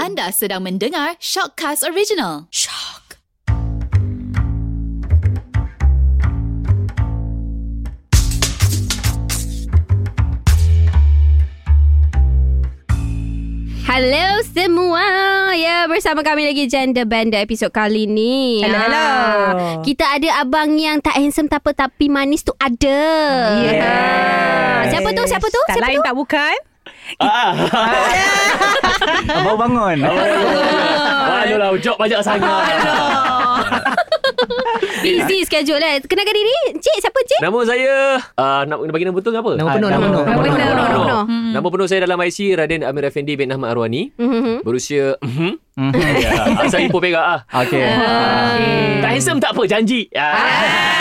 Anda sedang mendengar Shockcast Original. Shock. Hello semua. Ya, bersama kami lagi Janda Banda episod kali ni. Hello, Ah, hello. Kita ada abang yang tak handsome tak apa tapi manis tu ada. Yes. Ah, Siapa tu? Siapa tu? Tak siapa lain tu? tak bukan. Ah, Baru bangun aduh lah, job banyak sangat. Busy schedule lah. Kenalkan diri. Cik, siapa cik? Nama saya ah, nak nak bagi nama betul ke apa? Nama Ah, penuh, nama penuh. Nama penuh, Nama nama penuh. penuh. Hmm. Nama penuh saya dalam IC Raden Amir Effendi bin Ahmad Arwani. Mhm. Berusia mhm. Mhm. Ya, ah, saya Ipoh Perak ah. Okay Tak handsome tak apa janji. Ah. Ah,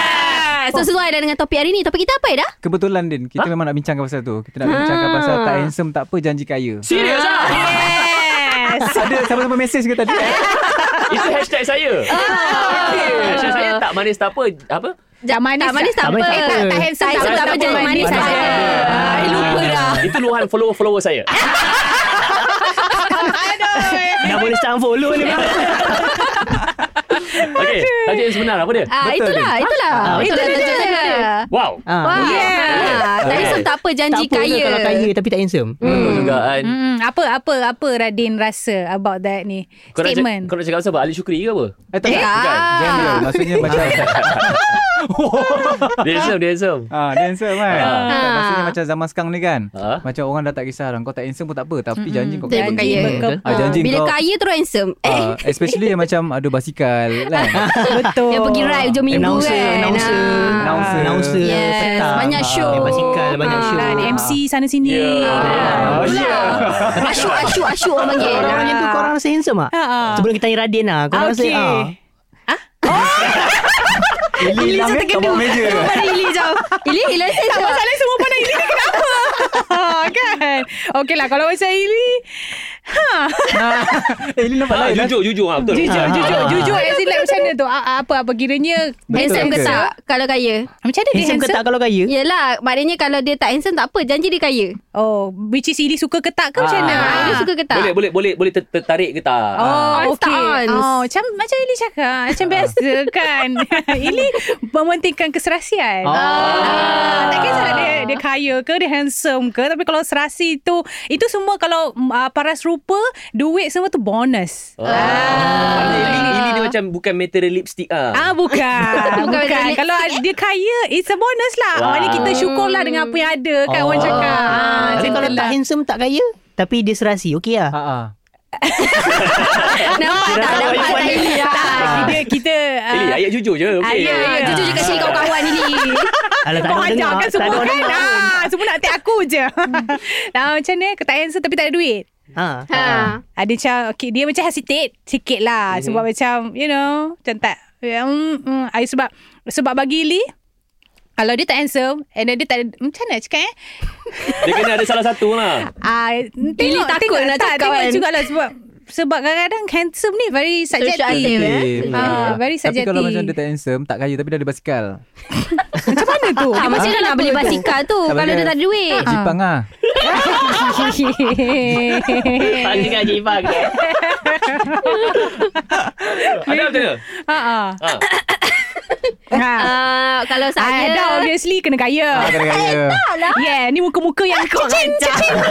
So sesuai dah dengan topik hari ni. Topik kita apa dah? Kebetulan Din Kita memang nak bincangkan pasal tu Kita nak bincangkan Ha. pasal Tak handsome tak apa Janji kaya Serius ah. Yes. Ada sama-sama mesej ke tadi Itu hashtag saya. Ah. Hashtag saya tak manis tak apa. Apa? Tak manis Ah. tak, manis tak, apa. tak apa. tak handsome Eh, tak, tak, tak apa. Jangan manis Manis saja. saja. Ah, Lupa dah. Itu luahan follower-follower saya. Nak boleh campur follow ni Okey, tajuk yang sebenar apa dia? Ah, Betul itulah, itulah. Itulah tujuan dia. Wow. Wah, Ah. yeah. tak Okay. handsome tak apa janji tak kaya. pun kalau kaya tapi tak handsome. Betul juga kan. Hmm, apa apa apa Radin rasa about that ni? Kau nak, cak- Statement. kau nak cakap pasal apa? Ali Syukri ke apa? Eh tak Eh, bukan. ah. General Maksudnya macam Dia handsome, dia handsome. Ah, dia handsome kan Ah. Tak, Maksudnya macam zaman sekarang ni kan Ah. Macam orang dah tak kisah dah. Kau tak handsome pun tak apa Tapi janji kau Janji kaya. Ah, Janji Bila kau kaya terus handsome. Eh, ah, Especially yang macam Ada basikal kan Betul. yang pergi ride hujung minggu Announcer, kan. announcer. Ah. Announcer. Announcer Yes, petang. banyak Ah, show. main basikal, banyak Ah. show. Kan MC sana sini. Ya. Ah, Itulah. Asyuk, asyuk, asyuk orang panggil. Orang macam tu korang rasa handsome tak? Ha, ha. Sebelum kita tanya Radin lah. Korang rasa Okey. ah. Ili lah kan Kat bawah meja Pada Ili jauh. Ili, Ili rasa Tak masalah semua pandang Ili ni kenapa? Ha, kan? Okey lah kalau macam Ili. Ili nampak Ah, lain lah. jujur, jujur. Ah, betul. Jujur, Ah. jujur, jujur. As in like macam mana tu? Ah, ah, Apa, apa kiranya? handsome ke Betul. tak kalau kaya? Macam mana dia Handsome Ya, ke tak handsome? kalau kaya? Yelah, maknanya kalau dia tak handsome tak apa. Janji dia kaya. Oh, which is Ili suka ke tak ke macam mana? Ah, Dia suka ke tak? Boleh, boleh, boleh, boleh ter- tertarik ke tak? Ah. Oh, okay. Ons tak ons? Oh, macam macam Ili cakap, macam biasa kan. Ili mementingkan keserasian. Ah, tak kisahlah dia dia kaya ke, dia handsome ke, tapi kalau serasi tu itu semua kalau mm, ah, paras rupa, duit semua tu bonus. Ah. Maknanya Ili, Ili ni macam bukan material lipstick ah. Ah bukan Bukan Bukan, macam lipstick, Kalau dia kaya It's a bonus lah Wah. Maknanya kita syukurlah Dengan apa yang ada Kan orang Oh. cakap Ah, Tapi macam kalau tu tak lah. handsome tak kaya, tapi dia serasi. Okey lah. Ah, ah. Nampak tak? Nampak Nampak tak Ili. Ili? Ah, Dia kita ah, Ili, Eh, ayat jujur je. Ah, Okey. Ya, ya, ya. jujur je kat sini kawan-kawan Ili. Alah tak ada Kau orang dengar. ajarkan Tak ada semua orang kan dengar. ah, Semua nak tag aku je nah, Macam ni Aku tak handsome tapi tak ada duit Ha. Ha. ada macam okay, Dia macam hesitate Sikit lah mm-hmm. Sebab macam You know Macam tak yeah, mm, mm. Ah, Sebab Sebab bagi Lee kalau dia tak handsome And then dia tak ada Macam mana nak cakap eh Dia kena ada salah satu lah. ah, Tengok takut tengok, nak tak, cakap Tengok kan. juga lah sebab Sebab kadang-kadang Handsome ni Very subjective Subjective, eh? Eh, Ah, Very Tapi subjective kalau macam dia tak handsome Tak kaya tapi dia ada basikal Macam mana tu Ha, Ah, macam mana nak beli basikal tu Tak kalau boleh. dia tak ada duit? Jipang ah Tanya kat Cik Ifah ke? Ada macam mana? Ha ah. Ah. Ha. Ah, kalau Ah, saya lah. dah obviously kena Ah, kaya. kena kaya Yeah, Ya, ni muka-muka yang Ya. cicin cicin. Eh,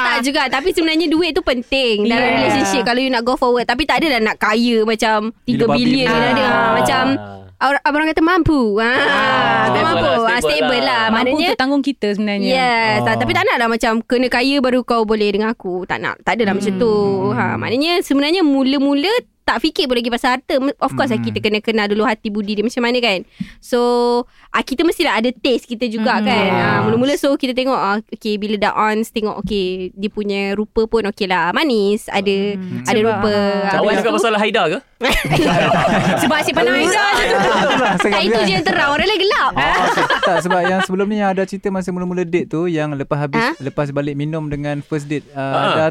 tak Ah. juga Tapi sebenarnya duit tu penting Dalam Yeah. relationship Kalau you nak go forward Tapi tak adalah nak kaya Macam 3 Gila babi bilion pun. ni ada ha, Ah. Macam or- Orang kata mampu ha, stable Kau mampu lah, Ah, stable Stable lah. lah Mampu Maknanya untuk tanggung kita sebenarnya. Yes Ah. ha, Tapi tak nak lah macam Kena kaya baru kau boleh dengan aku Tak nak Tak adalah hmm. macam tu ha, Maknanya sebenarnya Mula-mula tak fikir pun lagi pasal harta Of course lah Hmm. kita kena kenal dulu hati budi dia macam mana kan So ah, Kita mestilah ada taste kita juga Hmm. kan ah, Yes. Mula-mula so kita tengok ah, Okay bila dah on Tengok okay Dia punya rupa pun okay lah Manis Ada Hmm. ada Sebab- rupa Macam Awak Habis cakap tu- pasal Haida ke? Sebab asyik pandang Aizah je tu. Itulah, sangat Tak itu biar. je yang terang Orang lain gelap Ah, okay. tak sebab yang sebelum ni yang ada cerita masa mula-mula date tu yang lepas habis Ah? lepas balik minum dengan first date Ah.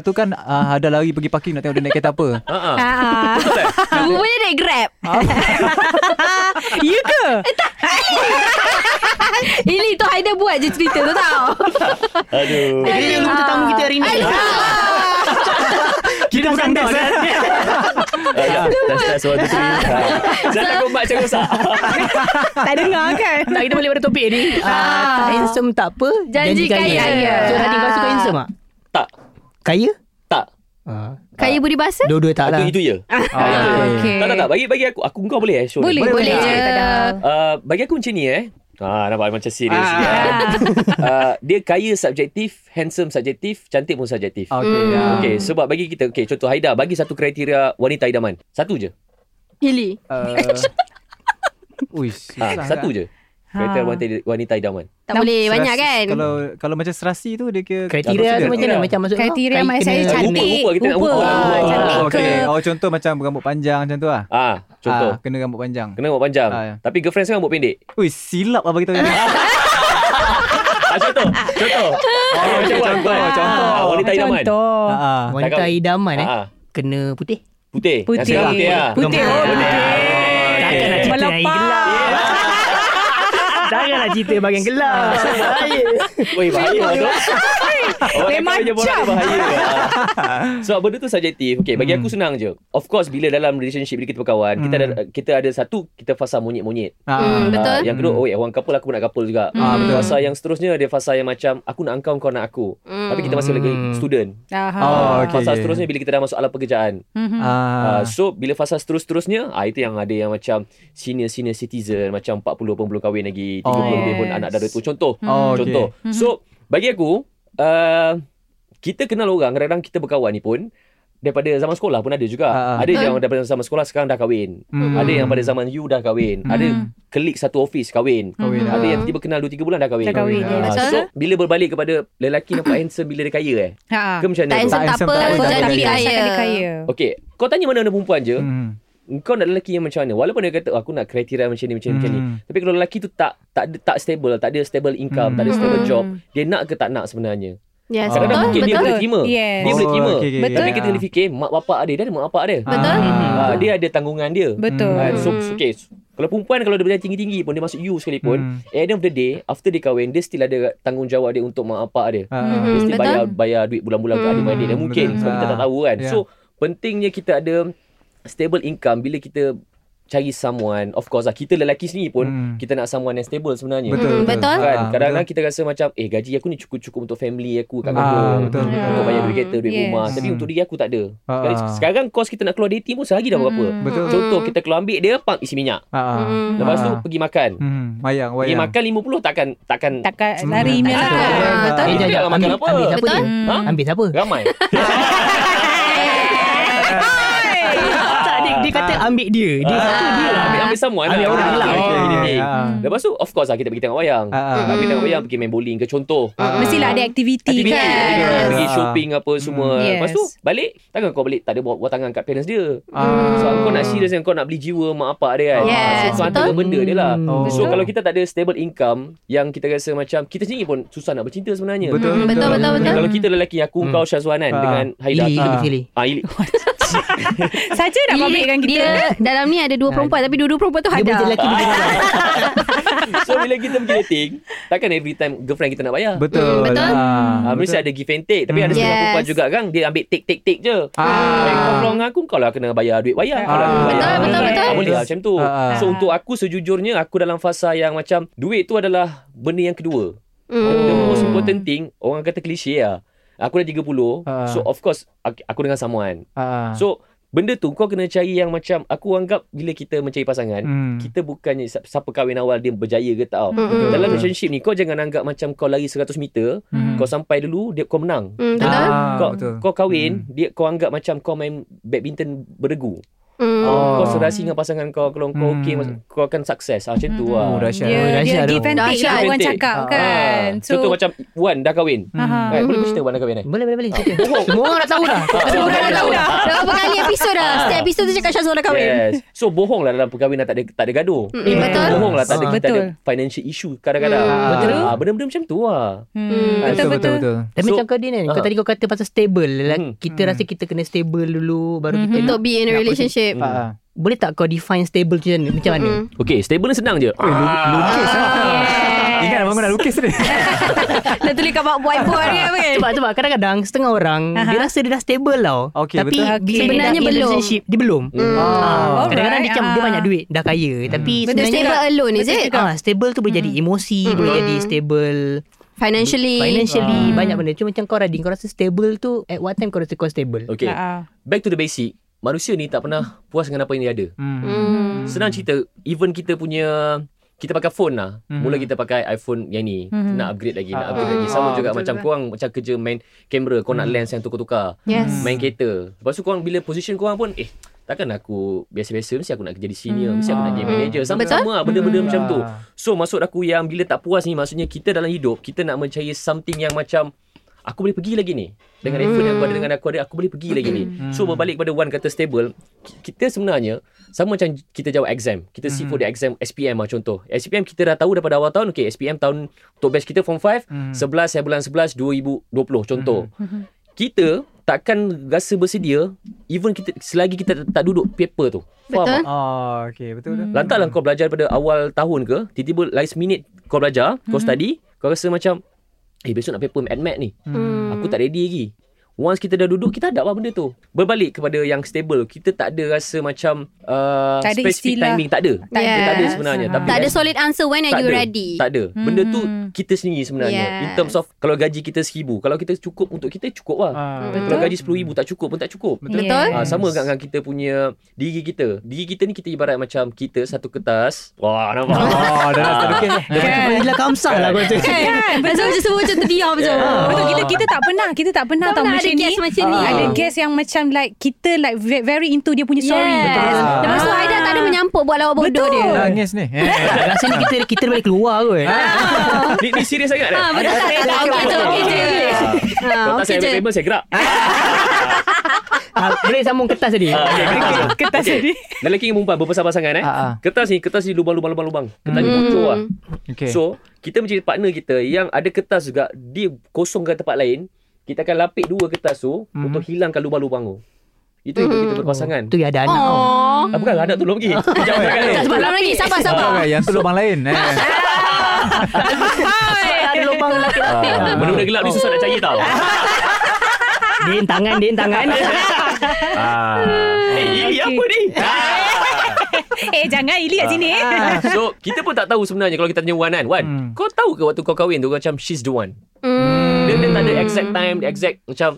uh, dah tu kan uh, ada lari pergi parking nak tengok dia naik kereta apa. Ha ah. Ah. Rupanya dia grab Eh, You ke? Ili tu Haida buat je cerita tu tau Aduh. Dia dulu tetamu kita eh. hari ni. kurang dah. dah. Dah Ah, dah start suara tu. Ah. Jangan gombak macam rosak. Tak dengar kan? Tak kita balik pada topik ni. Ah, handsome tak apa Janji kaya. So tadi kau suka Ah. handsome tak? Tak. Kaya? Tak. Ah, Kaya budi bahasa? Dua-dua tak lah Itu itu ya. Ah, Okay. Tak tak tak bagi bagi aku aku kau boleh eh show. Boleh, Boleh, boleh. boleh. je. Tak ada. Uh, bagi aku macam ni eh. Ah, nampak macam serius. Ah. Ah. Uh, dia kaya subjektif, handsome subjektif, cantik pun subjektif. Okay. Okay, Hmm. ya. okay, sebab bagi kita, okay, contoh Haida, bagi satu kriteria wanita idaman. Satu je. Ili. Uh, Uish, Ha, susah satu agak. je. Kriteria Ha. wanita, wanita idaman. Tak boleh Serasi- banyak kan? Kalau kalau macam serasi tu dia kira Kriteria Consider. tu macam mana? Macam maksud kau? Kriteria Kaya mak kena- saya Rupa, cantik. rupa, kita nak rupa. Ah, Rupa. Cantik Oh, ke? okay. Oh, contoh macam rambut panjang macam tu lah. Ah, contoh. Ah, kena rambut panjang. Kena rambut panjang. Ah, ya. Tapi girlfriend sekarang rambut pendek. Ui, silap apa kita ni. Ah, contoh. Contoh. Oh, macam buat, contoh, buat. contoh. Ah, wanita idaman. Contoh. Ah, ah. Wanita idaman eh Ah, ah. Kena putih Putih. Yang Putih. sekarang Putih. lah. Putih. Ah, Oh, putih. Takkan nak cerita yang Melepak. gelap Takkan nak cerita bagian gelap Ah. Weh, bahaya tu. Orang Memang kata je borak jam. tu bahaya. Ah. Sebab benda tu subjektif. Okay, bagi aku senang je. Of course, bila dalam relationship, bila kita berkawan, kita ada kita ada satu, kita fasa monyet-monyet. Ah, Hmm, ah. betul. Ah, yang kedua, oh ya, orang couple, aku nak couple juga. Ah, betul. Fasa yang seterusnya, dia fasa yang macam, aku nak engkau, kau nak aku. Hmm. Tapi kita masih lagi Hmm. student. Ah, Aha. Oh, okay. Fasa seterusnya, bila kita dah masuk alam pekerjaan. Mhm. Ah. Uh, so bila fasa seterus-terusnya ah, Itu yang ada yang macam Senior-senior citizen Macam 40 pun belum kahwin lagi 30 Oh. lebih pun anak dara tu Contoh Oh, okay. Contoh So bagi aku uh, Kita kenal orang Kadang-kadang kita berkawan ni pun Daripada zaman sekolah pun ada juga Ah, ah. Ada yang daripada zaman sekolah Sekarang dah kahwin Hmm. Ada yang pada zaman you dah kahwin Ada klik satu office kahwin Mhm. Kahwin Ada lah. yang tiba kenal 2-3 bulan dah kahwin Dah kahwin. Kahwin Ah, Betul. So bila berbalik kepada Lelaki nampak handsome bila dia kaya eh Ha. Ke macam Tak mana tu? handsome tak handsome apa. tak apa, tak Janji boleh. kaya. Asalkan dia kaya. Okay Kau tanya mana-mana perempuan je Hmm. kau nak lelaki yang macam mana walaupun dia kata oh, aku nak kriteria macam ni macam ni, macam ni Hmm. tapi kalau lelaki tu tak tak ada- tak stable tak ada stable income Hmm. tak ada stable Hmm. job dia nak ke tak nak sebenarnya Yes, Oh. kadang-kadang betul. mungkin dia Ah, Betul. boleh terima Yes. dia boleh Oh, terima okay, Ah. okay, Betul. tapi okay. kita kena fikir mak bapak dia dia ada mak bapak dia Ah. Betul. Ah, dia ada tanggungan dia Betul. Ah, so, Hmm. so okay so, kalau perempuan kalau dia belajar tinggi-tinggi pun dia masuk you sekalipun Hmm. at the end of the day after dia kahwin dia still ada tanggungjawab dia untuk mak bapak dia Ah. Hmm. dia still betul. bayar bayar duit bulan-bulan ke Hmm. adik-beradik dia mungkin Betul. sebab kita tak Ah. tahu kan. Ya. So pentingnya kita ada stable income bila kita cari someone of course lah kita lelaki sendiri pun Hmm. kita nak someone yang stable sebenarnya. Betul. Hmm, betul. Kan? Ah, Kadang-kadang betul. kita rasa macam eh gaji aku ni cukup-cukup untuk family aku kat Ah, kampung. betul, betul. Untuk bayar duit kereta, duit Yes. rumah. Tapi Hmm. untuk diri aku tak ada. Ah, Sekali- ah. Sekarang kos kita nak keluar dating pun sehari dah berapa. Betul. Contoh kita keluar ambil dia pam isi minyak. Ah, ah. Hmm. Lepas tu Ah. pergi makan. Hmm. Wayang, Pergi wayang. makan 50 takkan takkan Takkan Hmm. lari Tak punya lah. Ah, Betul. betul. Eh, Ambil jap, jap. lah makan Ambil Eh, apa? ambil siapa Betul. ni? Ha? Ambil siapa? ramai. Eh. Tak, dia, dia kata Ah. ambil dia. Dia satu dia lah. Ambil ambil someone Ambil orang Ah, lah. okay, Oh, okay, okay. ah. Lepas tu of course lah kita pergi tengok wayang. Ah, ah. Kita pergi tengok wayang pergi main bowling ke contoh. Ah. Mestilah ada aktiviti Aktiviti, kan. pergi- Yes. Pergi shopping apa semua. Hmm. Lepas tu Yes. balik takkan kau balik tak ada buat buat tangan kat parents dia. Ah. Sebab kau nak serius kan kau nak beli jiwa mak apa dia kan. Yes, so, kau hantar betul. benda dia lah. Oh. So kalau kita tak ada stable income yang kita rasa macam kita sendiri pun susah nak bercinta sebenarnya. Betul, Hmm, betul, betul, betul. Kalau kita lelaki aku kau Syazwan kan Ah. dengan Haida Ili, kita Ili, mesti- Ili. Ah Ili. Saja nak Ili, babitkan kita. Dia dalam ni ada dua perempuan tapi dua-dua perempuan tu Dia boleh jadi ada. lelaki dia boleh jadi So bila kita pergi dating Takkan every time Girlfriend kita nak bayar Betul. Hmm, betul. Ah, Ah, mesti ada give and take Tapi ada setengah Yes. perempuan juga kan Dia ambil take take take je Hmm. Ah. Eh, Kau keluar dengan aku Kau lah kena bayar duit bayar Kau lah kena Ah. bayar Betul, betul, betul. Tak boleh lah macam tu Ah. So untuk aku sejujurnya Aku dalam fasa yang macam Duit tu adalah Benda yang kedua Hmm. The, the Hmm. most important thing Orang kata klise lah Aku dah 30 Ah. So of course Aku aku dengan someone Ah. So benda tu kau kena cari yang macam Aku anggap bila kita mencari pasangan Hmm. kita bukannya si- siapa kahwin awal dia berjaya ke tak tau. Mm-mm. Dalam relationship ni kau jangan anggap macam kau lari 100 meter, Hmm. kau sampai dulu dia kau menang. Hmm, betul. Ah, Kau betul. Hmm. kau kahwin, dia kau anggap macam kau main badminton beregu. Hmm. Kau Ah. Oh. serasi dengan pasangan kau kalau kau Hmm. okey mas- kau akan sukses. Ah macam tu Hmm. lah. Oh, dahsyat. Dia, Oh, dia dahsyat tu. give and take lah Dahsyat. orang cakap Ah. kan. Ah, Contoh macam Wan dah kahwin. Hmm. Ah, Aha. Right, boleh kau cerita Wan dah kahwin eh? Boleh, boleh, boleh. cerita. Bohong. Semua orang dah tahu dah. Ah. Semua orang dah tahu dah. Dah berapa kali episod dah. Setiap episod tu cakap Syazwan dah kahwin. Yes. So bohong lah dalam perkahwinan tak ada tak ada gaduh. Mm, betul. Bohong lah tak Ah. ada kita Eh, Betul. Mm. ada financial issue kadang-kadang. Hmm. Betul. Ah, benda-benda macam tu lah. Hmm, Ah, Betul, betul, Betul-betul. betul. Tapi So- macam kau Din kan Kau Ah. tadi kau kata pasal stable Lelaki- Mhm. Kita Mhm. rasa kita kena stable dulu Baru kita Untuk Mhm. be in a Eh, relationship. Hmm. Ah, ah. Boleh tak Mm-hmm. kau define stable macam mana Macam mana Mm. Okay, stable ni senang je. Ah. Ah. Weh, lu- lukis lah. Ingat apa abang kau nak lukis ni. Dah tulis kat whiteboard kan apa kan? Sebab tu Mak, kadang-kadang setengah orang uh-huh. dia rasa dia dah stable tau. Okey, tapi betul. bila Sebenarnya dia dah in belum. relationship, Dia belum. Hmm. Mm. Ah, Alright, kadang-kadang dia macam dia ah. banyak duit, dah kaya. Tapi Betul sebenarnya stable alone is it? Ah, stable tu boleh jadi emosi, boleh jadi stable Financially. financially, banyak benda. Cuma macam kau Radin, kau rasa stable tu at what time kau rasa kau stable? Okay. Ah, Back to the basic. Manusia ni tak pernah puas dengan apa yang dia ada. Hmm. Senang cerita, even kita punya kita pakai phone lah. Mhm. Mula kita pakai iPhone yang ni. Mhm. Nak upgrade lagi, nak Ah. upgrade lagi. Sama Ah, juga betul macam juga. Hmm. korang macam kerja main kamera, kau nak lens yang tukar-tukar. Yes. Main kereta. Lepas tu korang bila position korang pun eh takkan aku biasa-biasa mesti aku nak kerja di senior, Mhm. mesti aku nak jadi Ah. manager. Betul? Sama-sama lah benda-benda Hmm. macam tu. Ah. So maksud aku yang bila tak puas ni maksudnya kita dalam hidup kita nak mencari something yang macam aku boleh pergi lagi ni dengan Hmm. effort yang aku ada dengan aku ada aku boleh pergi lagi ni. So berbalik pada Wan kata stable ki- kita sebenarnya sama macam kita jawab exam. Kita sit for the exam SPM lah contoh. SPM kita dah tahu daripada awal tahun okay SPM tahun untuk batch kita form 5 Hmm. 11 saya bulan 11 2020 contoh. Kita takkan rasa bersedia even kita selagi kita tak duduk paper tu. Faham Betul. tak? Ah, okay, betul Hmm. betul. Lantaklah kau belajar daripada awal tahun ke, tiba-tiba last minute kau belajar, kau study, kau rasa macam, eh besok nak paper at mat ni. Hmm. Aku tak ready lagi. Once kita dah duduk, kita hadap lah benda tu. Berbalik kepada yang stable, kita tak ada rasa macam uh, Tak ada specific istilah. timing, tak ada. tak Yes. Dia tak ada sebenarnya. Tapi Tak ada solid answer when are tak you ada. ready? Tak ada. Benda tu Hmm. kita sendiri sebenarnya. In Yes. terms of kalau gaji kita seribu, kalau kita cukup untuk kita, cukup lah. Ah, Betul. Kalau gaji sepuluh ribu tak cukup pun tak cukup. Betul. Betul? Ah, sama juga dengan kita punya diri kita. Diri kita ni kita ibarat macam kita satu kertas. Wah, nampak. Oh, dah Ah. rasa lukis. Dia macam Fadilah Kamsah lah kau cakap. Kan? Rasa macam semua macam terdiam je. Betul kita kita tak pernah kita tak pernah Tak tahu pernah ada macam guest ni. Ah, macam ni. Ada guest yang macam like kita like ve- very into dia punya Yes. story. Lepas tu Ah. Aida tak ada menyampuk buat lawak bodoh Betul. dia. Nangis ni. Eh. Rasa ni kita kita boleh keluar kot. Ah. ni, ni serius sangat eh? Ah. dah. Ha, betul tak? Tak, tak, okey je, okey je. Ha, Kalau tak okey saya je. ambil paper, saya gerak. Ah, Boleh sambung kertas tadi. Ah, okey, okey, okey. Kertas Okey. tadi. Lelaki dengan perempuan berpasang-pasangan eh. Ah, ah. Kertas ni, kertas ni lubang-lubang-lubang-lubang. Kertas ni bocor lah. Okay. So, kita menjadi partner kita yang ada kertas juga, dia kosongkan tempat lain. Kita akan lapik dua kertas tu Mhm. untuk hilangkan lubang-lubang tu. Itu hidup kita berpasangan. Tu ya ada anak. tau. Oh. Ah, bukan, hadap tu lagi. Jangan cakap ni. Sebelum lagi, sabar, sabar. Sabar. kan Yang tu lubang lain. Eh. Ada lubang lelaki. Ah, Benda-benda gelap ni susah nak cari tau. Din tangan, din tangan. Ah. Eh, ini Okey. apa ni? Eh jangan Ili kat sini. eh. Ah, So kita pun tak tahu sebenarnya Kalau kita tanya Wan kan Wan Hmm. Kau tahu ke waktu kau kahwin tu kau Macam she's the one Hmm. Dia, dia tak ada exact time the Exact macam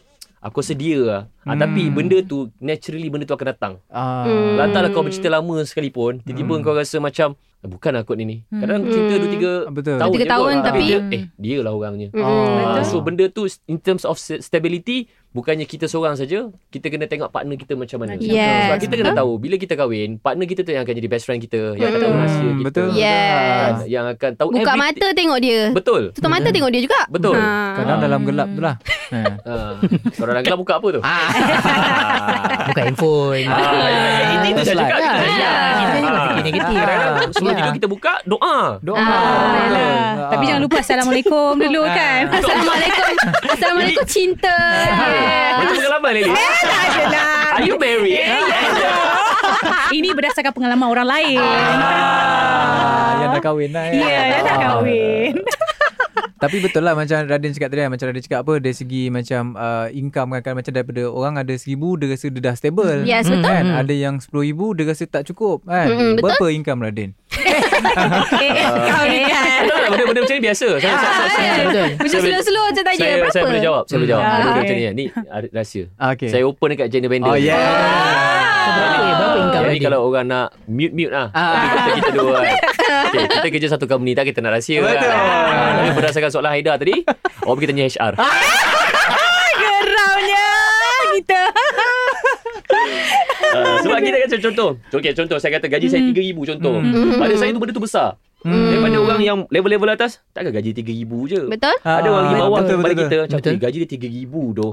Aku rasa dia lah ah, Hmm. Tapi benda tu Naturally benda tu akan datang Ah. hmm. Lantarlah kau bercerita lama sekalipun Tiba-tiba Hmm. kau rasa macam "Ah, Bukan aku ni ni Kadang cerita 2-3 Betul. Dua, tiga tahun, je kot. tahun, Tapi tapi- dia, Eh dia lah orangnya Ah. Ah, so benda tu in terms of st- stability bukannya kita seorang saja kita kena tengok partner kita macam mana Yes, sebab kita kena tahu bila kita kahwin partner kita tu yang akan jadi best friend kita yang akan tahu Hmm, rahsia kita Kan? betul. Yes. yang- yang akan tahu Buka everything. mata tengok dia. betul Tutup mata tengok dia juga. betul Ha. Kadang dalam gelap tu lah. Eh. Ah, kalau dalam gelap buka apa tu Buka handphone. Ah, itu saya Slide. cakap kita Ah, cakap. Kita ni Ah. berfikir negatif. Kadang-kadang sebelum Ya. tidur kita buka doa Doa. Ah, Betul. Alah. Ah. Tapi jangan lupa Assalamualaikum dulu kan. Assalamualaikum. Assalamualaikum cinta. Ha. macam pengalaman Lily Eh, lah. Adalah. are you married Ha. Ini berdasarkan pengalaman orang lain. Ah, yang dah kahwin lah. eh. Ya, dah nak Ah. kahwin. Tapi betul lah macam Radin cakap tadi lah, Macam Radin cakap apa Dari segi macam uh, Income kan, kan Macam daripada orang ada seribu Dia rasa dia dah stable Yes, betul. kan? Ada yang sepuluh ribu Dia rasa tak cukup kan? Mm-mm, betul. Berapa income Radin? Eh, eh, kau ni kan. Tak, tak, benda-benda macam ni biasa saya, saya, saya, saya, Betul. Macam Saya- slow-slow macam Ah, tanya. saya, Berapa? saya boleh jawab Saya boleh jawab Ah, Ada okay. macam ni Ni ada rahsia Okay. Saya open dekat Jane Bender Oh yeah Berapa berapa Ah. income Jadi tadi? kalau orang nak Mute-mute lah Tapi kita, kita dua kan. okay, Kita kerja satu company Tak kita nak rahsia Betul. kan. Tapi berdasarkan soalan Haida tadi Orang pergi tanya HR Geramnya kita. Ah, Sebab kita kata contoh Okay contoh Saya kata gaji saya RM3,000 contoh Pada saya tu benda tu besar Daripada orang yang level-level atas Takkan gaji RM3,000 je Betul? Ada orang di Ah, bawah betul, Pada betul, kita Macam Betul. "Eh, gaji dia RM3,000 doh Ah, Betul, betul,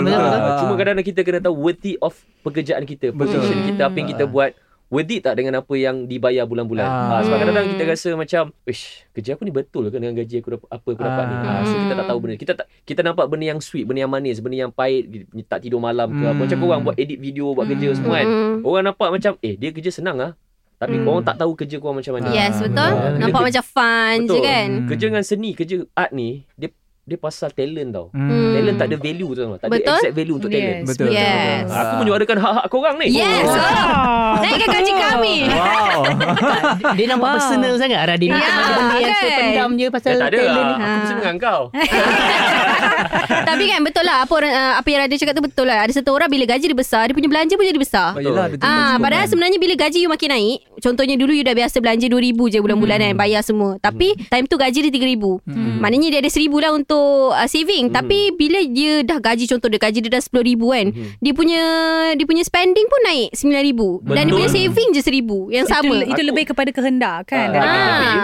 betul, betul, Ah, betul. Cuma kadang-kadang kita kena tahu worthy of pekerjaan kita, Betul. position kita, apa yang kita buat. Worthy tak dengan apa yang dibayar bulan-bulan. Ah. Ah. sebab kadang-kadang kita rasa macam, "Wish, kerja aku ni betul ke dengan gaji aku dapat apa aku dapat ni?" Ah. Ah, so kita tak tahu benda. Kita tak kita nampak benda yang sweet, benda yang manis, benda yang pahit, tak tidur malam ke apa. Macam Hmm. korang buat edit video, buat kerja semua kan. Hmm. Orang nampak macam, "Eh, dia kerja senang ah." Tapi Hmm. korang tak tahu kerja korang macam mana Yes, betul. betul. Nampak Kerja- macam fun je kan. Hmm. Kerja dengan seni Kerja art ni Dia dia pasal talent tau Hmm. Talent tak ada value tu tau Tak Betul. ada exact value untuk talent Yes. Betul. Ah. Yes. betul. Aku menyuarakan hak-hak korang ni Yes. Oh. Naikkan gaji kami. Wow. Dia nampak Wow. personal sangat Radin Ya, Ada benda yang kan? terpendam je Pasal Dah tak ada talent lah ni. Aku pusing dengan kau Tapi kan betul lah apa orang, ah, apa yang Radin cakap tu betul lah. Ada satu orang bila gaji dia besar, dia punya belanja pun jadi besar. Oh, yelah, dia tinggal Ah, cukup padahal kan. sebenarnya bila gaji you makin naik, contohnya dulu you dah biasa belanja RM2,000 je bulan-bulan kan, bayar semua. Tapi time tu gaji dia RM3,000. Hmm. Maknanya dia ada RM1,000 lah untuk uh, saving. Hmm. Tapi bila dia dah gaji, contoh dia gaji dia dah RM10,000 kan, Mhm. dia punya dia punya spending pun naik RM9,000. Dan dia Betul. punya saving je RM1,000 yang Itu, sama. itu Aku- lebih kepada kehendak kan. Ah, Ah,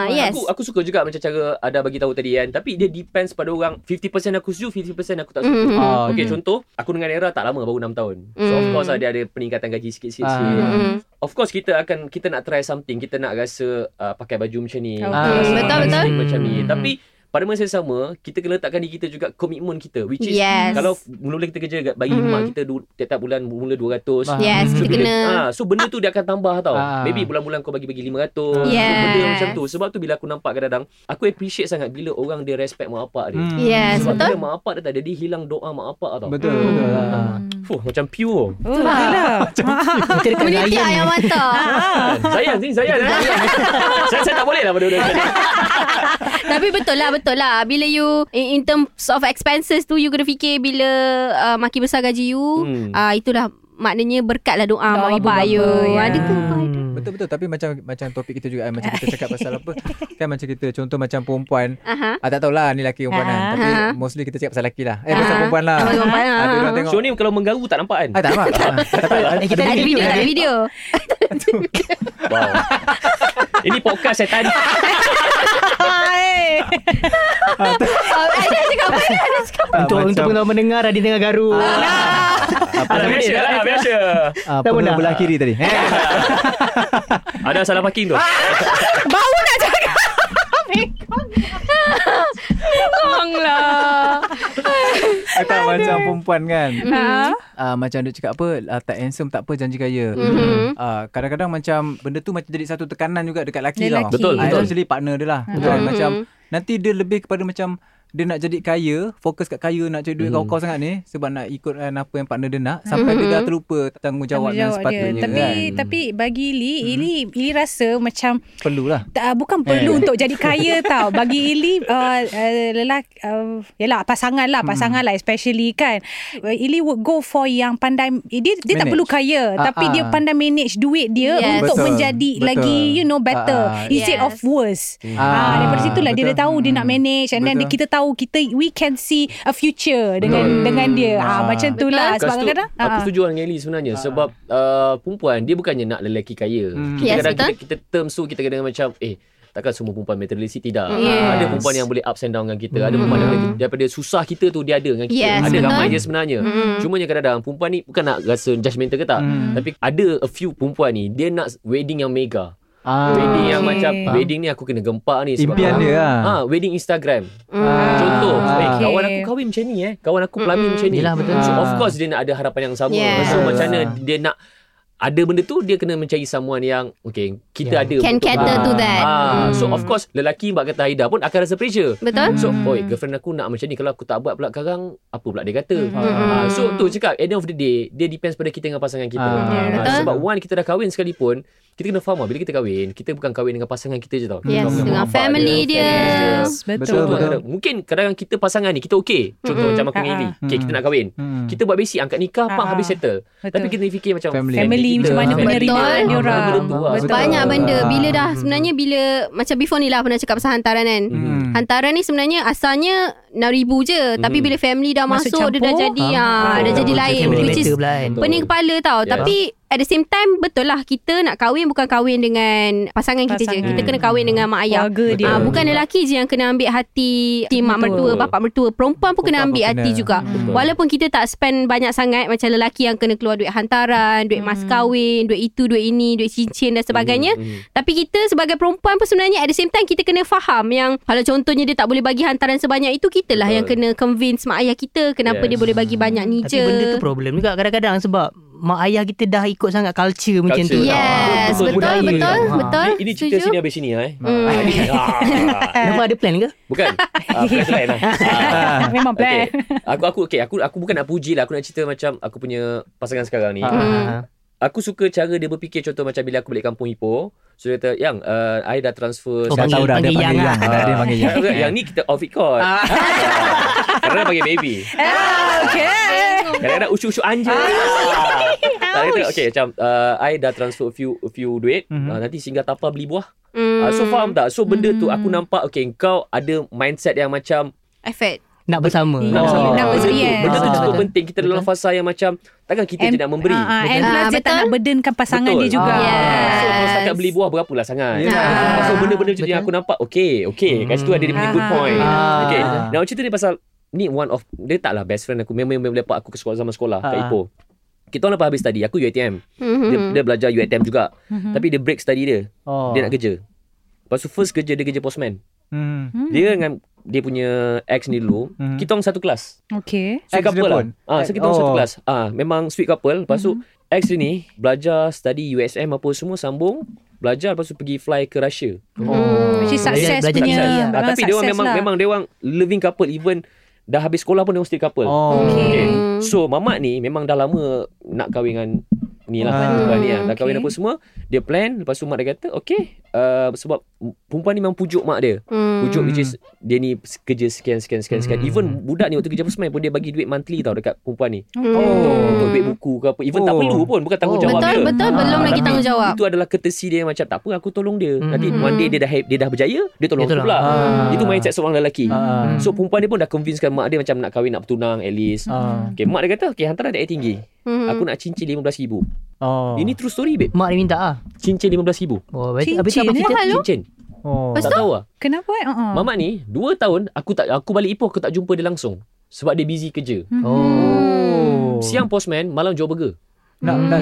tapi yes. Aku aku suka juga macam cara ada bagi tahu tadi kan. Tapi dia depends pada orang. 50% aku setuju, 50% aku tak setuju. Mhm. Ah, Okay, okay. contoh, aku dengan Era tak lama, baru 6 tahun. So, of Mm. course lah, dia ada peningkatan gaji sikit-sikit. Ah. sikit. Mhm. Of course, kita akan, kita nak try something. Kita nak rasa uh, pakai baju macam ni. Okay. rasa Betul, makan betul. steak Macam ni. Mm. Tapi, pada masa yang sama, kita kena letakkan diri kita juga komitmen kita. Which is, Yes. kalau mula-mula kita kerja kat- bagi Mhm. rumah kita du- tiap-tiap bulan mula 200. Faham. Yes, So, kita Bila- kena ah, So benda tu dia akan tambah tau Ah. Maybe bulan-bulan kau bagi-bagi 500 Yes. so, Benda macam tu Sebab tu bila aku nampak kadang-kadang Aku appreciate sangat Bila orang dia respect mak apak dia Hmm. Yes, Sebab betul. bila mak apak dia tak ada Dia hilang doa mak apak tau Betul, Hmm. betul lah. Fuh, macam pure Oh, lah. itulah. Kita dekat dengan Menitik ayam yang mata. Ah. Kan? Sayang sini sayang eh. saya, saya tak boleh lah benda-benda macam ni. Tapi betul lah, betul lah. Bila you, in, in terms of expenses tu, you kena fikir bila uh, makin besar gaji you, Hmm. ah, itulah maknanya berkat lah doa mak ibu ibu you. bapa, ya. Ada ke apa? Hmm. Betul betul tapi macam macam topik kita juga kan, macam kita cakap pasal apa kan macam kita contoh macam perempuan Aha. ah, tak tahulah ni lelaki perempuan kan Ah. tapi Ah. mostly kita cakap pasal lelaki lah Ah. eh pasal perempuan lah Abang perempuan lah. Ah, tu orang tengok So ni kalau menggaru tak nampak kan ah tak apa Ah, tapi ada- Eh, kita ada Ada lah. video, kan? tak ada video. Wow Ini podcast setan Hai. Ah, Ada cakap apa? Untuk macam- untuk pengetahuan mendengar Radin tengah garu apa Alah, Biasa lah biasa ah, Tak pengha pernah. belah kiri tadi eh Ada salah parking tu Ah. tak macam perempuan kan Mm-hmm. Ha? ah, macam dia cakap apa ah, tak handsome tak apa janji kaya Mm-hmm. Mhm. ah, kadang-kadang macam benda tu macam jadi satu tekanan juga dekat lelaki Lelaki. Mm-hmm. tau Betul, Ah, betul. actually partner dia lah betul Mhm. macam nanti dia lebih kepada macam dia nak jadi kaya fokus kat kaya nak cari duit Mhm. kau-kau sangat ni sebab nak ikutkan apa yang partner dia nak sampai dia dah terlupa tanggungjawab yang Mm-hmm. Tanggungjawab dia. sepatutnya Tapi kan tapi bagi Ili, Hmm. Ili Ili rasa macam perlulah tak, ah, bukan Eh. perlu untuk jadi kaya tau. Bagi Ili uh, uh, lelaki uh, yalah pasangan lah, Hmm. pasangan lah especially kan. Uh, Ili would go for yang pandai eh, dia dia tak Manage. perlu kaya Ah, tapi ah. dia pandang manage duit dia Yes. untuk Betul. menjadi Betul. lagi you know better Ah, ah. instead Yes. of worse. Ah, daripada situ lah dia dah tahu dia nak manage and then Mm-hmm. Hmm. Betul. dia, kita tahu kita we can see a future dengan Betul. dengan dia. Ah, Ah. macam tu lah Lepas sebab tu, kadang-kadang Aku ah. setuju dengan Ellie sebenarnya Sebab uh, Perempuan Dia bukannya nak lelaki kaya Hmm. Kita Yes, kadang betul. kita, kita term so Kita kena macam Eh Takkan semua perempuan materialistic Tidak Hmm. Ah, Yes. Ada perempuan yang boleh ups and down dengan kita Ada perempuan yang boleh- daripada susah kita tu Dia ada dengan kita Yes, Ada betul. ramai dia sebenarnya Mm. Cuma yang kadang-kadang Perempuan ni bukan nak rasa judgemental ke tak Hmm. Tapi ada a few perempuan ni Dia nak wedding yang mega ah, Wedding yang Okay. macam Wedding ni aku kena gempak ni sebab- impian dia lah Ah, wedding Instagram. Ah. Contoh, eh, Okay. kawan aku kahwin macam ni eh. Kawan aku pelamin Mm-mm. macam ni. Yelah, betul. So Ah. of course dia nak ada harapan yang sama. Yes. Betul. So macam mana Ah. dia nak ada benda tu dia kena mencari someone yang okay, kita Yeah. ada Can untuk cater kau. to that. Ah, so Hmm. of course lelaki mbak kata Aida pun akan rasa pressure. Betul? So, oi, girlfriend aku nak macam ni kalau aku tak buat pula sekarang apa pula dia kata. Mm-hmm. Mm. Ah, so tu cakap At the end of the day Dia depends pada kita dengan pasangan kita Ah. Ah, Betul. Sebab one Kita dah kahwin sekalipun Kita kena faham lah Bila kita kahwin Kita bukan kahwin dengan pasangan kita je tau Yes, Kita kahwin dengan mak bapak family dia. parents Yes, betul. Betul, So, tu betul. kadang- Mungkin kadang-kadang kita pasangan ni Kita okey Contoh Mm-mm. macam aku dengan Ah, Eli ah. Okay kita nak kahwin Hmm. Kita buat basic Angkat nikah Pak Ah, habis ah. settle Betul. Tapi kita fikir macam Family. family kita, macam mana family. penerimaan dia Betul. orang. Benda tu lah. Betul. Banyak benda. Bila dah Hmm. sebenarnya bila macam before ni lah pernah cakap pasal hantaran kan. Hmm. Hantaran ni sebenarnya asalnya RM6,000 je. Tapi Mhm. bila family dah Masuk masuk, dia dah campur, jadi ah, ah, dah betul. jadi lain. ya, Betul. Which is Better pula kan Betul. pening kepala tau. Ya. Tapi at the same time betul lah kita nak kahwin bukan kahwin dengan pasangan, kita je. Pasangan. Kita kena kahwin dengan mak ayah. Keluarga Betul. dia. Ah, Ya. bukan lelaki je yang kena ambil hati tim mak mertua, Betul. bapak mertua. Perempuan pun kena Perempuan ambil pun hati kena. juga. Hmm. Betul. Walaupun kita tak spend banyak sangat macam lelaki yang kena keluar duit hantaran, duit mas kahwin, duit itu, duit ini, duit cincin dan sebagainya. Hmm. Tapi kita sebagai perempuan pun sebenarnya at the same time kita kena faham yang kalau contohnya dia tak boleh bagi hantaran sebanyak itu kita lah Betul. yang kena convince mak ayah kita kenapa Yes. dia boleh bagi banyak ni Tapi je. benda tu problem juga kadang-kadang sebab mak ayah kita dah ikut sangat culture, macam tu. Culture. Yes, betul, Betul, budaya. betul, Ha. betul. Ini, ini cerita Setuju. sini habis sini eh. Hmm. Ah, ini- ah. Kenapa ada plan ke? Bukan. Ah, plan plan lah. Ah. Memang plan. Okay. Aku aku okay, aku aku bukan nak puji lah. Aku nak cerita macam aku punya pasangan sekarang ni. Ah, Ha. ah, ah. Aku suka cara dia berfikir contoh macam bila aku balik kampung Ipoh. So dia kata, "Yang, uh, I dah transfer Dah Oh, satu tahu dah ada panggil panggil yang yang. lah. Dah ada yang panggil yang. yang, yang ni kita off it call. Ah. Kadang-kadang panggil baby. Ah, okay. Kadang-kadang ucu-ucu anjing. Ah. Dia kata, okay, macam uh, I dah transfer a few a few duit. Mhm. Mm-hmm. Uh, nanti singgah tapar beli buah. Mm. Mm. Uh, so faham tak? So benda tu aku nampak, okay, kau ada mindset yang macam Effort. Oh. Nak bersama. Hmm. nak bersama. Nak Benda tu- yes. Benda tu Betul, cukup betul. penting. Kita dalam fasa yang macam, takkan kita je nak memberi. Ah, ah, and Betul. plus dia tak Betul. nak burdenkan pasangan Betul. dia juga. Ah, yes. So kalau setakat beli buah Berapa lah sangat Yelah. yeah. So benda-benda macam tu Yang aku Betul. nampak Okay Okay Kat situ ada dia punya good Ah. point Ah. Okay Now cerita ni pasal Ni one of Dia taklah best friend aku Memang memang lepak aku ke sekolah Zaman sekolah Kat Ah. Ipoh kita orang lepas habis study Aku UiTM Mhm. dia, dia belajar UiTM juga Tapi dia break study dia Mhm. Oh. Dia nak kerja Lepas tu first kerja Dia kerja postman Hmm. Dia dengan Dia punya ex ni dulu Hmm. Kita orang satu kelas Okay. Ex Sweet dia couple lah pun? ah, So kita orang satu Oh. Hmm. kelas ah, Memang sweet couple Lepas tu Ex dia ni Belajar study USM Apa semua sambung Belajar lepas tu pergi fly ke Russia Oh. Which is success Belajar punya. cakap. ah, memang Tapi dia orang success memang lah. Memang dia orang Living couple Even Dah habis sekolah pun Dia orang still couple Oh. okay. So mamak ni Memang dah lama Nak kahwin dengan Ni lah Ah. perempuan ni lah. Dah Okay. kahwin apa semua Dia plan Lepas tu mak dia kata Okay uh, Sebab Perempuan ni memang pujuk mak dia Mm. Pujuk Hmm. which is Dia ni kerja sekian sekian sekian sekian Hmm. Even budak ni waktu kerja postman pun Dia bagi duit monthly tau Dekat perempuan ni Mm. Untuk, Oh, untuk duit buku ke apa Even tak Oh. perlu pun Bukan tanggungjawab Betul dia betul Ah, belum lagi tapi tanggungjawab. Itu adalah courtesy dia yang macam Tak apa aku tolong dia Hmm. Nanti one day dia dah ha- dia dah berjaya Dia tolong Dia aku pula tolong. Ah. Itu mindset seorang lelaki Ah. So perempuan dia pun dah convincekan mak dia Macam nak kahwin nak bertunang at least Ah. Okay, mak dia kata Okay hantar ada air tinggi Mhm. Aku nak cincin RM15,000 Oh. Ini true story babe Mak dia minta ah. Cincin RM15,000 Oh, habis habis tu Cincin, apa cerita? Cincin Oh. Tak tahu lah Kenapa eh? Uh-uh. Mamat ni 2 tahun Aku tak aku balik Ipoh Aku tak jumpa dia langsung Sebab dia busy kerja Mm-hmm. Oh. Oh. Hmm. Siang postman Malam jual burger nak nak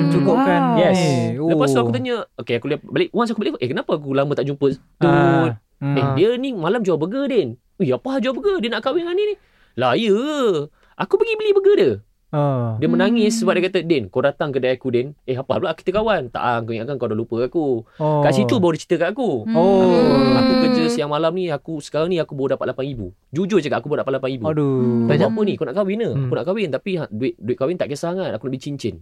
Wow. cukupkan. Yes. ni. oh. Lepas tu aku tanya Okay aku lihat balik Once aku balik Eh kenapa aku lama tak jumpa Dude Hmm. Eh dia ni malam jual burger Din Eh apa jual burger Dia nak kahwin dengan ni ni Lah ya ke? Aku pergi beli burger dia Ah. Dia menangis sebab dia kata Din kau datang kedai aku Din Eh apa pula kita kawan Tak ah, aku ingatkan kau dah lupa aku Oh. Kat situ Hmm. baru dia cerita kat aku Oh. Aku kerja siang malam ni aku Sekarang ni aku baru dapat RM8,000 Jujur cakap aku baru dapat RM8,000 Aduh. Kau buat Macam- apa ni? Kau nak kahwin ke? Hmm. Aku nak kahwin tapi ha, duit duit kahwin tak kisah sangat. Aku nak beli cincin.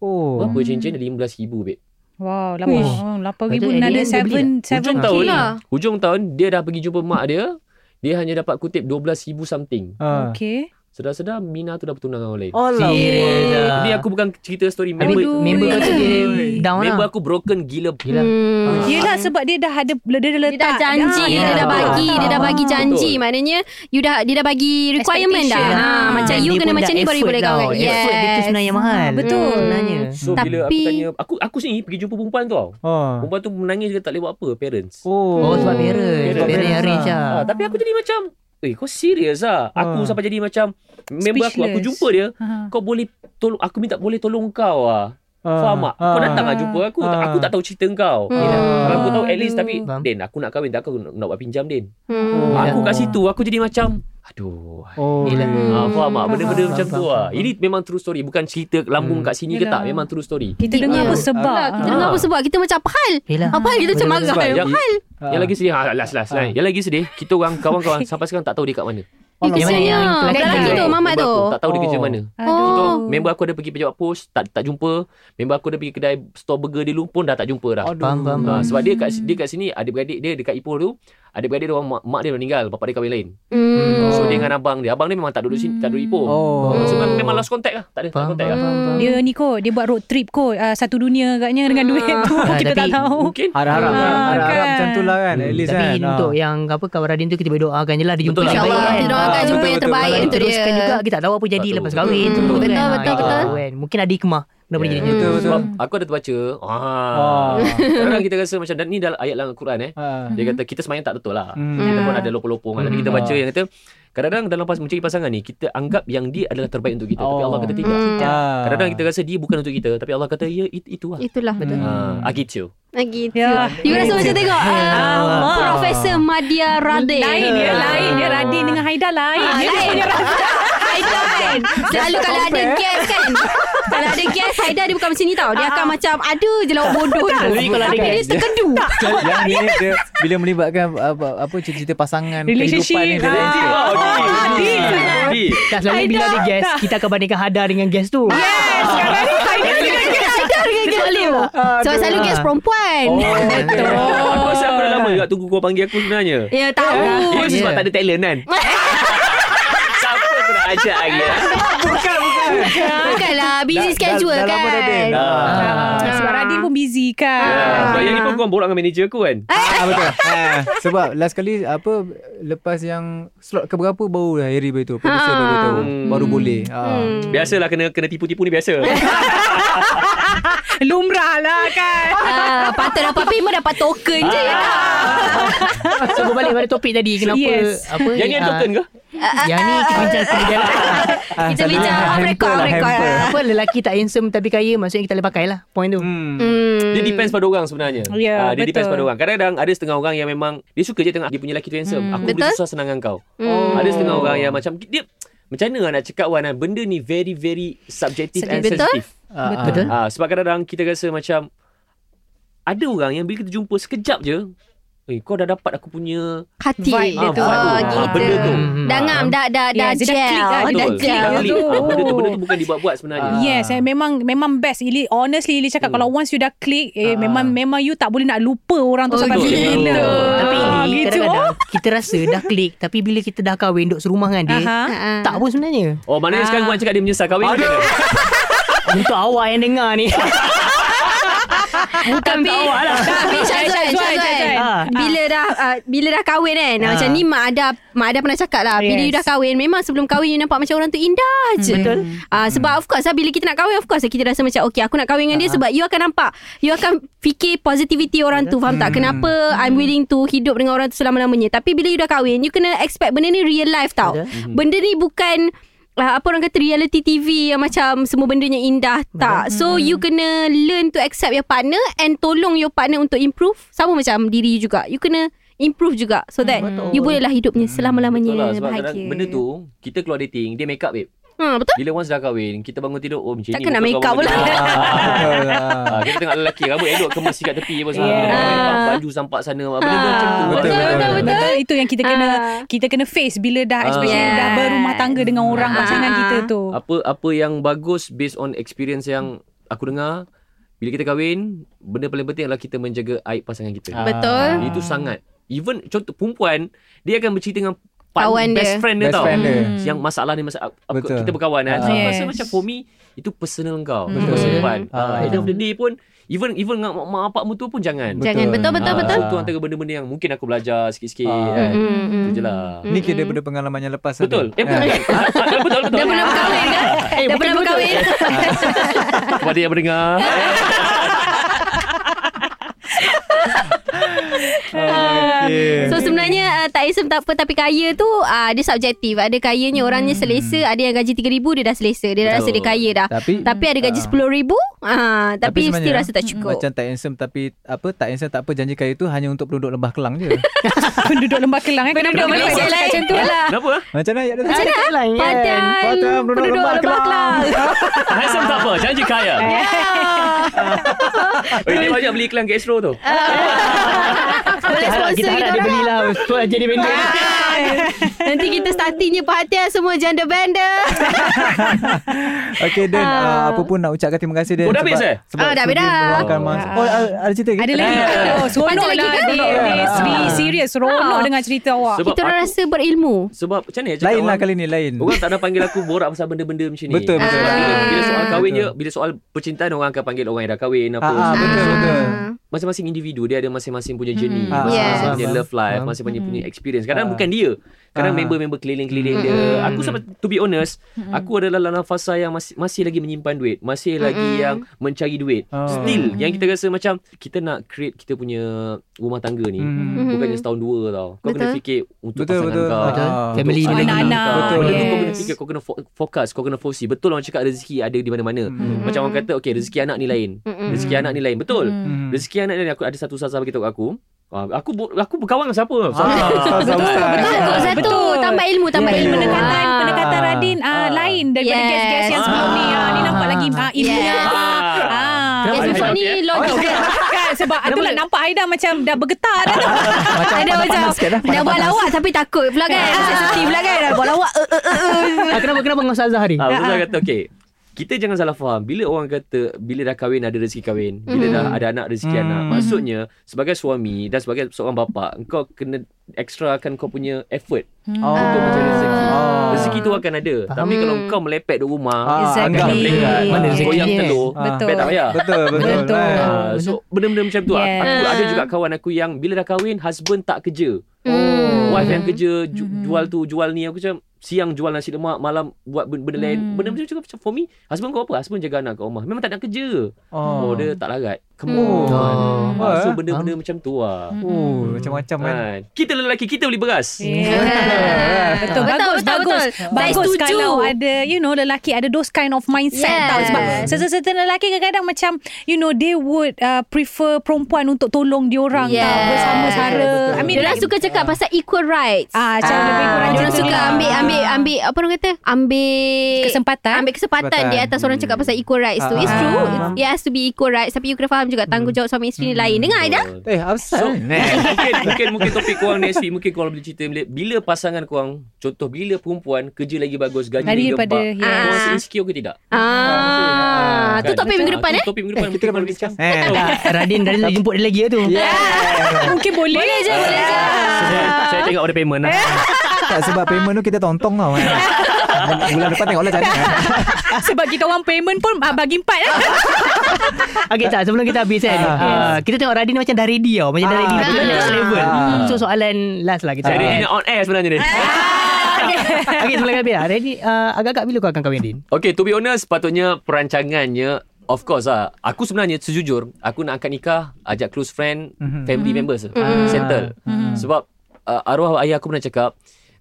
Hmm. Oh. Berapa cincin? Dia RM15,000, babe. Wow, Oh, Uish. lapan ribu another Macam at the end dia beli seven Hujung seven tahun, k. lah. hujung tahun dia dah pergi jumpa mak dia. Dia hanya dapat kutip RM12,000 something. Ah. Okay. Sedar-sedar Mina tu dah bertunang dengan orang lain. Oh lah. Serius ah. Ini aku bukan cerita story member. Aduh. member kau tu dia down member lah. aku broken gila. Ah. gila. Hmm. Yelah sebab dia dah ada dia Ah, dah Dia dah letak Ah. janji dah. Dia Ya, dah betul. bagi Dia dah bagi janji Betul. Maknanya You dah Dia dah bagi requirement dah ha, Expectation. Ah. Macam Dan you Kan, dia kena pun macam ni Baru dah you effort boleh tau. kahwin Effort dia tu sebenarnya mahal. Betul. Sebenarnya. So bila aku Tapi- tanya, aku aku sendiri pergi jumpa perempuan tu tau. Ah. Perempuan tu menangis dia tak boleh buat apa, parents. Oh. Oh sebab parents Parents. Parents arrange Ah. lah Ah, tapi aku jadi macam, eh kau serius ah? Ah. Aku sampai jadi macam member aku aku Speechless. jumpa dia, Ha. kau boleh tolong aku minta boleh tolong kau ah. Ah. Faham tak? Kau datang lah Ah. jumpa aku. Tak- Ah. Aku tak tahu cerita kau. Yelah. Kalau aku tahu at Aduh. least tapi Faham. Din aku nak kahwin tak aku nak nak buat pinjam Din. Hmm. Yelah. Aku kat situ aku jadi macam aduh. Oh. Yelah. Ah, faham tak? Benda-benda Hmm. Faham, macam faham, tu lah. faham. Ini memang true story. Bukan cerita lambung Hmm. kat sini ke Yelah. tak. Memang true story. Kita Deep dengar dia. apa sebab. Yelah, Kita Ah. dengar apa sebab Kita macam apa hal Yelah Apa hal kita macam marah Sebab yang- Apa hal Ah. Yang lagi sedih ah, Last last Ah. last. Yang lagi sedih Kita orang kawan-kawan Sampai sekarang tak tahu dia kat mana Eh Yang mana kesiannya yang lelaki Dah lelaki tu, tu eh? Mamat Member tu Oh. aku Tak tahu dia Oh. kerja mana Aduh. Kita orang- Member aku ada pergi pejabat pos Tak tak jumpa Member aku ada pergi kedai Store burger dulu pun Dah tak jumpa dah Faham, faham, Ah, faham. Sebab dia kat, dia kat sini Adik-beradik dia Dekat Ipoh tu Adik-beradik dia orang Mak, mak dia dah meninggal Bapak dia kahwin lain Hmm. So oh, dia dengan abang dia Abang dia memang tak duduk sini Tak duduk Ipoh Oh. So mem- memang lost contact lah Tak ada tak ada Faham, contact lah faham, faham. Dia ni kot Dia buat road trip kot uh, Satu dunia agaknya Dengan duit tu Ah, Kita tak tapi- tahu Mungkin Harap-harap Ah, kan. Harap-harap kan. macam tu lah kan. At least Tapi kan. Ah. untuk yang apa kawan Radin tu kita boleh doakan je lah dia jumpa Betul yang lah. InsyaAllah Kita baik kan. doakan jumpa Ah, betul, yang betul, terbaik betul. Untuk dia Teruskan juga kita tak tahu apa jadi Betul. lepas kahwin Hmm, tu betul, kan. betul, Ah, kita betul. tahu kan. Mungkin ada hikmah kenapa Ya. Yeah. jadi macam Betul tu. betul. sebab aku ada terbaca ah. Ah. Kadang-kadang kita rasa macam Dan ni dalam ayat dalam Al-Quran eh Ya. Ah. Hmm. Dia kata kita semayang tak betul lah Hmm. Kita pun Ah. ada lopong-lopong kan. Tapi Hmm. kita baca Ah. yang kata Kadang-kadang dalam pas mencari pasangan ni Kita anggap yang dia adalah terbaik untuk kita Tapi Oh. Allah kata tidak Ah. Kadang-kadang kita rasa dia bukan untuk kita Tapi Allah kata ya it, itulah Itulah betul Ah, ah, gitu. Lagi tu Ya. You rasa macam tengok ah, Allah. Profesor Madia Radin Lain dia Lain dia Radin dengan Haida lain Ah, Dia lain. punya rasa Haida kan Selalu kalau ada guest kan Kalau ada guest faedah dia bukan macam ni tau. Dia akan macam ada je lawak bodoh tu. Lui kalau Tapi dia dia guess. terkedu. Yang ni dia bila melibatkan apa, apa cerita pasangan Relationship, kehidupan ni dia. ah. relationship. Jadi Dah selalu bila ada gas Kita akan bandingkan hada dengan gas tu Yes, sekarang ni Haida dengan gas. Ada dengan guess tu. Sebab selalu guess perempuan. Oh. Ah. betul. Aku rasa aku dah lama juga tunggu kau panggil aku sebenarnya. Ya tahu. Ini yeah. sebab Yeah. tak ada talent kan? Siapa aku nak ajak lagi? ah? Bukanlah Ah, kan lah, busy Dah- dah- schedule dah lama dah kan. ada. Ah, Sebab Radin pun busy Ah, kan Sebab yang ni pun korang borak dengan manager aku kan? Ah betul. Ah, sebab last kali apa lepas yang slot ke berapa baru lah Harry baru tahu, producer Ah. Ha. baru tahu. Hmm. Baru boleh. Ah. Hmm. Hmm. Biasalah kena kena tipu-tipu ni biasa. Lumrah lah kan Ah, patut dapat payment dapat token je ya tak? So berbalik pada topik tadi Kenapa Yes. apa yang ni ada ah, token ke? Hmm. Yang ni kita bincang sekejap Ah, Kita selalu bincang dia off hamper record, lah, off record. hamper. Apa lelaki tak handsome Tapi kaya Maksudnya kita boleh pakai lah Point tu Hmm. Dia depends pada orang sebenarnya. Ya, Ah, dia betul. depends pada orang. Kadang-kadang ada setengah orang yang memang dia suka je tengok dia punya lelaki tu handsome. Hmm. Aku Betul. boleh susah senang dengan kau. hmm. Ada setengah orang yang macam dia macam mana nak cakap Wan ah, benda ni very very subjective and Betul. sensitive. Ah, ah. Hmm. Betul. Ah, sebab kadang-kadang kita rasa macam ada orang yang bila kita jumpa sekejap je, eh kau dah dapat aku punya Hati Vibe dia ah, tu. vibe tu. Ah, Ah, gitu. benda tu. Hmm, Dah ngam dah dah dah Ya, dia dah gel. Oh, click lah, Dah Betul. gel. Dah klik. tu. Ah, benda tu benda tu bukan dibuat-buat sebenarnya. Yes, eh, memang memang best. Ili honestly Ili cakap kalau once you dah click, eh, memang memang you tak boleh nak lupa orang tu Oh, sampai betul. bila. Tapi Ah, Ili gitu. kadang-kadang Kita rasa dah klik Tapi bila kita dah kahwin Duduk serumah dengan dia Ah, Aha. Tak pun sebenarnya Oh, maknanya Ah. sekarang Wan cakap dia menyesal kahwin. Aduh. Untuk awak yang dengar ni Bukan Tapi untuk awak lah Tapi Syazwan Ah, Syazwan, Syazwan Syazwan. Bila dah uh, Bila dah kahwin kan uh. Ah. Macam ni Mak Ada Mak Ada pernah cakap lah Bila Yes. you dah kahwin Memang sebelum kahwin You nampak macam orang tu indah je Betul uh, Sebab of course lah Bila kita nak kahwin Of course lah kita rasa macam Okay aku nak kahwin dengan dia Sebab you akan nampak You akan fikir positivity orang tu Faham tak Kenapa I'm willing to Hidup dengan orang tu selama-lamanya Tapi bila you dah kahwin You kena expect Benda ni real life tau Benda ni bukan uh, apa orang kata reality TV yang macam semua bendanya indah tak. Hmm. So you kena learn to accept your partner and tolong your partner untuk improve sama macam diri you juga. You kena improve juga so that Betul. you bolehlah hidupnya selama-lamanya Hmm, Betul lah sebab bahagia. kadang benda tu Kita keluar dating Dia make up babe Ha betul. Bila once dah kahwin Kita bangun tidur Oh macam Tak ni kena muka make kau up bangun pula. Ah. tidur. Betul lah. Ah, Kita tengok lelaki Rambut elok kemas sikat tepi Apa semua Yeah. Nampak Baju sampak sana Ah, Benda macam tu kan? betul, betul, Betul, betul. betul. Itu yang kita kena kita kena face bila dah Ah. especially dah Yes. berumah tangga dengan orang Ah. pasangan kita tu. Apa apa yang bagus Based on experience yang Aku dengar Bila kita kahwin Benda paling penting adalah Kita menjaga aib pasangan kita Betul. Ah, Itu sangat Even contoh perempuan Dia akan bercerita dengan part- Kawan Best dia. friend dia Best tau friend dia. Hmm. Yang masalah ni masalah apa, Betul. Kita berkawan kan So Ah. aku rasa Yes. macam for me Itu personal kau Hmm. Betul. Betul Persempuan Ah. uh, End of the day pun Even even dengan mak- mak bapak mu tu pun jangan Betul. Jangan betul betul Ah, betul. so, Itu antara benda-benda yang Mungkin aku belajar sikit-sikit Ah. kan Hmm, hmm. Itu je lah Ni kira daripada pengalaman yang lepas Betul tadi. Eh Ah. bukan bukan. Betul betul betul Dah pernah berkahwin Eh, kan? Dah pernah berkahwin. Kepada yang mendengar Ya. Eh, Okay. So sebenarnya uh, tak handsome tak apa tapi kaya tu uh, dia subjektif. Ada kayanya orangnya selesa, ada yang gaji 3000 dia dah selesa. Dia dah rasa Hmm. Betul. dia kaya dah. Tapi- tapi ada gaji Ah. 10000 ah tapi, sebenarnya, Hmm. still rasa tak cukup. Macam tak handsome tapi apa tak handsome tak apa janji kaya tu hanya untuk penduduk lembah Kelang je. Penduduk Lembah Kelang eh. Penduduk Malaysia lain Macam tu lah Kenapa ah? Macam mana ayat dia? tu? Padahal Padang Padang, penduduk Penduduk Lembah Lembah Kelang Handsome tak apa Janji kaya Ya. Eh dia banyak beli iklan gas row tu Ah. Boleh Kita sponsor harap kita dia orang belilah Untuk jadi benda Nanti kita startingnya perhatian semua gender bender Okey Dan uh, apa pun nak ucapkan terima kasih Dan. Oh, dah habis, eh? Ah, dah habis dah. Makan mas. Oh ah, ada cerita ke? Ada lagi. Ah. Oh, Ada seronok lagi lah. kan? Dia- dia Be serious. Seronok Ah. dengan cerita awak. Sebab Kita orang rasa berilmu Sebab macam mana Lain lah kali ni lain. Orang tak nak panggil aku borak pasal benda-benda macam ni. Betul, betul. Sebab Bila, bila soal kahwin je, Betul. bila soal percintaan orang akan panggil orang yang dah kahwin apa. Ah, ah, betul betul. Masing-masing individu dia ada masing-masing punya journey, Ah, masing-masing yes. punya faham, love life, faham. masing-masing punya experience. Kadang Ah. bukan dia. Kadang Ah. member-member keliling-keliling dia. Aku sampai to be honest, aku adalah dalam fasa yang masih masih lagi menyimpan duit, masih lagi yang mencari duit. Ah. Still yang kita rasa macam kita nak create kita punya rumah tangga ni. Mm. Bukannya setahun dua tau. Kau kena Betul. fikir untuk Betul, pasangan betul. Ah. kau. Betul. Family Untuk dia anak-anak anak-anak. kau. Betul. Benda tu kau kena Yes. fikir Kau kena fo- fokus Kau kena foresee Betul orang cakap Rezeki ada di mana-mana Hmm. Macam orang kata Okay rezeki anak ni lain Hmm. Rezeki anak ni lain Betul Mm. Rezeki anak ni lain Aku ada satu sasa beritahu kat aku Ah, Aku bu- aku berkawan dengan siapa Ah, Ustaz, Ustaz. Satu satu Betul. Tambah ilmu Tambah Tapi ilmu pendekatan Ah. pendekatan Radin ah, lain daripada Yes. guest-guest yang sebelum ni. Ah, ni nampak Ah. bagi ah, ilmu. Yes. Oh, Ah. Ah. Yes, Kenapa? Aida, before ni okey, eh? logik dia. Kan sebab itulah nampak Aida macam dah bergetar dah tu. Macam Ada macam panas-panas sikit dah, Nak buat panas-panas. lawak Tapi takut pula kan ah. Sensitif pula kan Nak buat lawak eh, eh, eh, eh. Ah, kenapa kenapa dengan Ustazah hari? Ah, Ustazah kata okey. Kita jangan salah faham. Bila orang kata bila dah kahwin ada rezeki kahwin, bila dah ada Hmm. anak rezeki anak. Maksudnya sebagai suami dan sebagai seorang bapa, engkau kena extra akan kau punya effort Oh. untuk macam rezeki. Ah. Rezeki tu akan ada. Tapi Hmm. kalau kau melepek di rumah, Ah, Exactly. anggap. Dekat mana Yes. goyang telur. Ah. Betul. Bet tak payah. Betul betul. Betul. Kan? Ah, so benda-benda macam tu Yes. Aku ada juga kawan aku yang Bila dah kahwin Husband tak kerja Oh. Hmm. Wife yang kerja ju- Jual tu jual ni Aku macam Siang jual nasi lemak Malam buat ben- benda lain Benda macam tu macam For me Husband kau apa Husband jaga anak kat rumah Memang tak nak kerja Oh. Oh dia tak larat Come Oh. on Wah, Ah, So eh. benda-benda macam tu lah Oh, macam-macam kan. Ha, Kita lelaki Kita beli beras Yeah. Betul, Betul, bagus, betul, bagus. betul. Bagus Saya setuju. kalau ada, you know, lelaki ada those kind of mindset Yes. tau. Sebab certain lelaki kadang-kadang macam, you know, they would uh, prefer perempuan untuk tolong diorang yes. tau. Yes. Bersama sara. I mean, uh, Diorang suka cakap pasal equal rights. Ah, macam lebih kurang Diorang macam tu. suka ambil ambil ambil apa orang kata? Ambil kesempatan. ambil kesempatan Kesempatan. di atas orang cakap pasal equal rights tu. Ah. It's true. Ah. Hmm, It's- It has to be equal rights tapi you kena faham juga tanggungjawab suami isteri ni lain. Dengar Aida? Oh. Eh, upset. eh. So, mungkin mungkin mungkin topik korang next week mungkin korang boleh cerita bila, bila pasangan korang contoh bila perempuan kerja lagi bagus gaji Lari lagi daripada, gempak yes. korang rasa insecure ke tidak Ah, tu Kan? topik minggu depan Ah, eh. tu Topik minggu depan Kita mungkin dah korang berbincang. bincang. Eh. Ah, Radin Radin lagi jemput dia lagi lah tu. Ya. Ah. Mungkin boleh. Boleh je, boleh je. Ah. Saya, saya tengok order payment Eh. lah. Tak sebab payment tu kita tontong tau. kan. Bulan depan tengoklah macam mana. Ah. Sebab kita orang payment pun ah, bagi empat lah. Okay tak sebelum kita habis kan ah, Kita tengok Radin macam dah ready tau Macam dah Ah. ready Betul next level Ah. So soalan last lah kita Saya ready nak on air sebenarnya ni. Eh. Okay sebelum habis lah Radin ah, agak-agak bila kau akan kahwin Radin? Okay, to be honest, patutnya perancangannya Of course lah. Aku sebenarnya sejujur, aku nak angkat nikah, ajak close friend, Mhm. family members, Mhm. settle. Sebab uh, arwah ayah aku pernah cakap,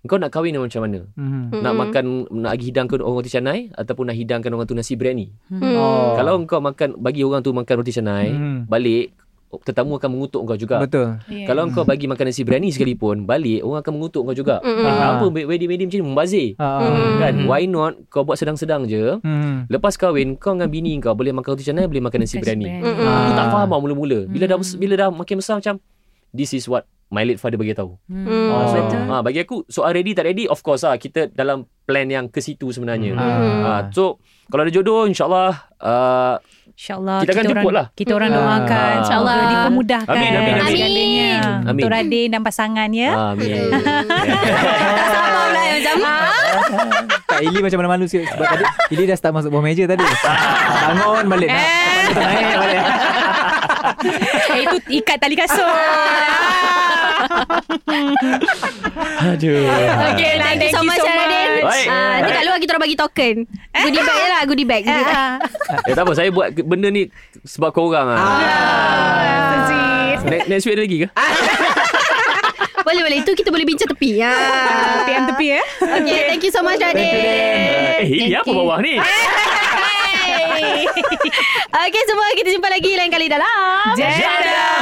kau nak kahwin macam mana? Mhm. Nak makan Nak bagi hidangkan orang roti canai Ataupun nak hidangkan orang tu nasi biryani Oh. Kalau engkau makan Bagi orang tu makan roti canai Hmm. Balik Tetamu akan mengutuk kau juga Betul. Yeah. Kalau engkau bagi makan nasi biryani sekalipun Balik orang akan mengutuk kau juga Ah. Apa wedding-wedding macam ni Membazir Ah. Kan Why not Kau buat sedang-sedang je Hmm. Lepas kahwin Kau dengan bini kau Boleh makan roti canai Boleh makan nasi Hmm. biryani Aku Ah. Ah. tak faham lah mula-mula Bila dah bes- bila dah makin besar macam This is what My late father bagi tahu Hmm. Hmm. Oh. Ah, so, ah, bagi aku soal ready tak ready of course lah kita dalam plan yang ke situ sebenarnya. Hmm. Ah, so kalau ada jodoh insyaallah uh, InsyaAllah Kita akan orang, jemput lah. Kita orang Ah. doakan InsyaAllah Amin. Dipermudahkan Amin, amin, amin. segalanya. Amin. Ah. Untuk Radin dan pasangannya amin. Tak sama pula yang macam. Tak, Ili macam mana malu sikit Sebab tadi Ili dah start masuk bawah meja tadi Bangun balik nak- tak naik balik. eh, Itu ikat tali kasut Aduh. Okay lah Thank you so much Radin. Baik. Ah, nanti kat luar kita orang bagi token. Goodie bag je lah, goodie Ah. bag. Goodie bag. Eh, tak apa saya buat ke- benda ni sebab korang ah. Next, next week ada lagi ke? Boleh boleh itu kita boleh bincang tepi. Ya. PM tepi eh Okay, thank you so much Radin. Eh, ini apa bawah ni? Hey. okay, semua kita jumpa lagi lain kali dalam. Jada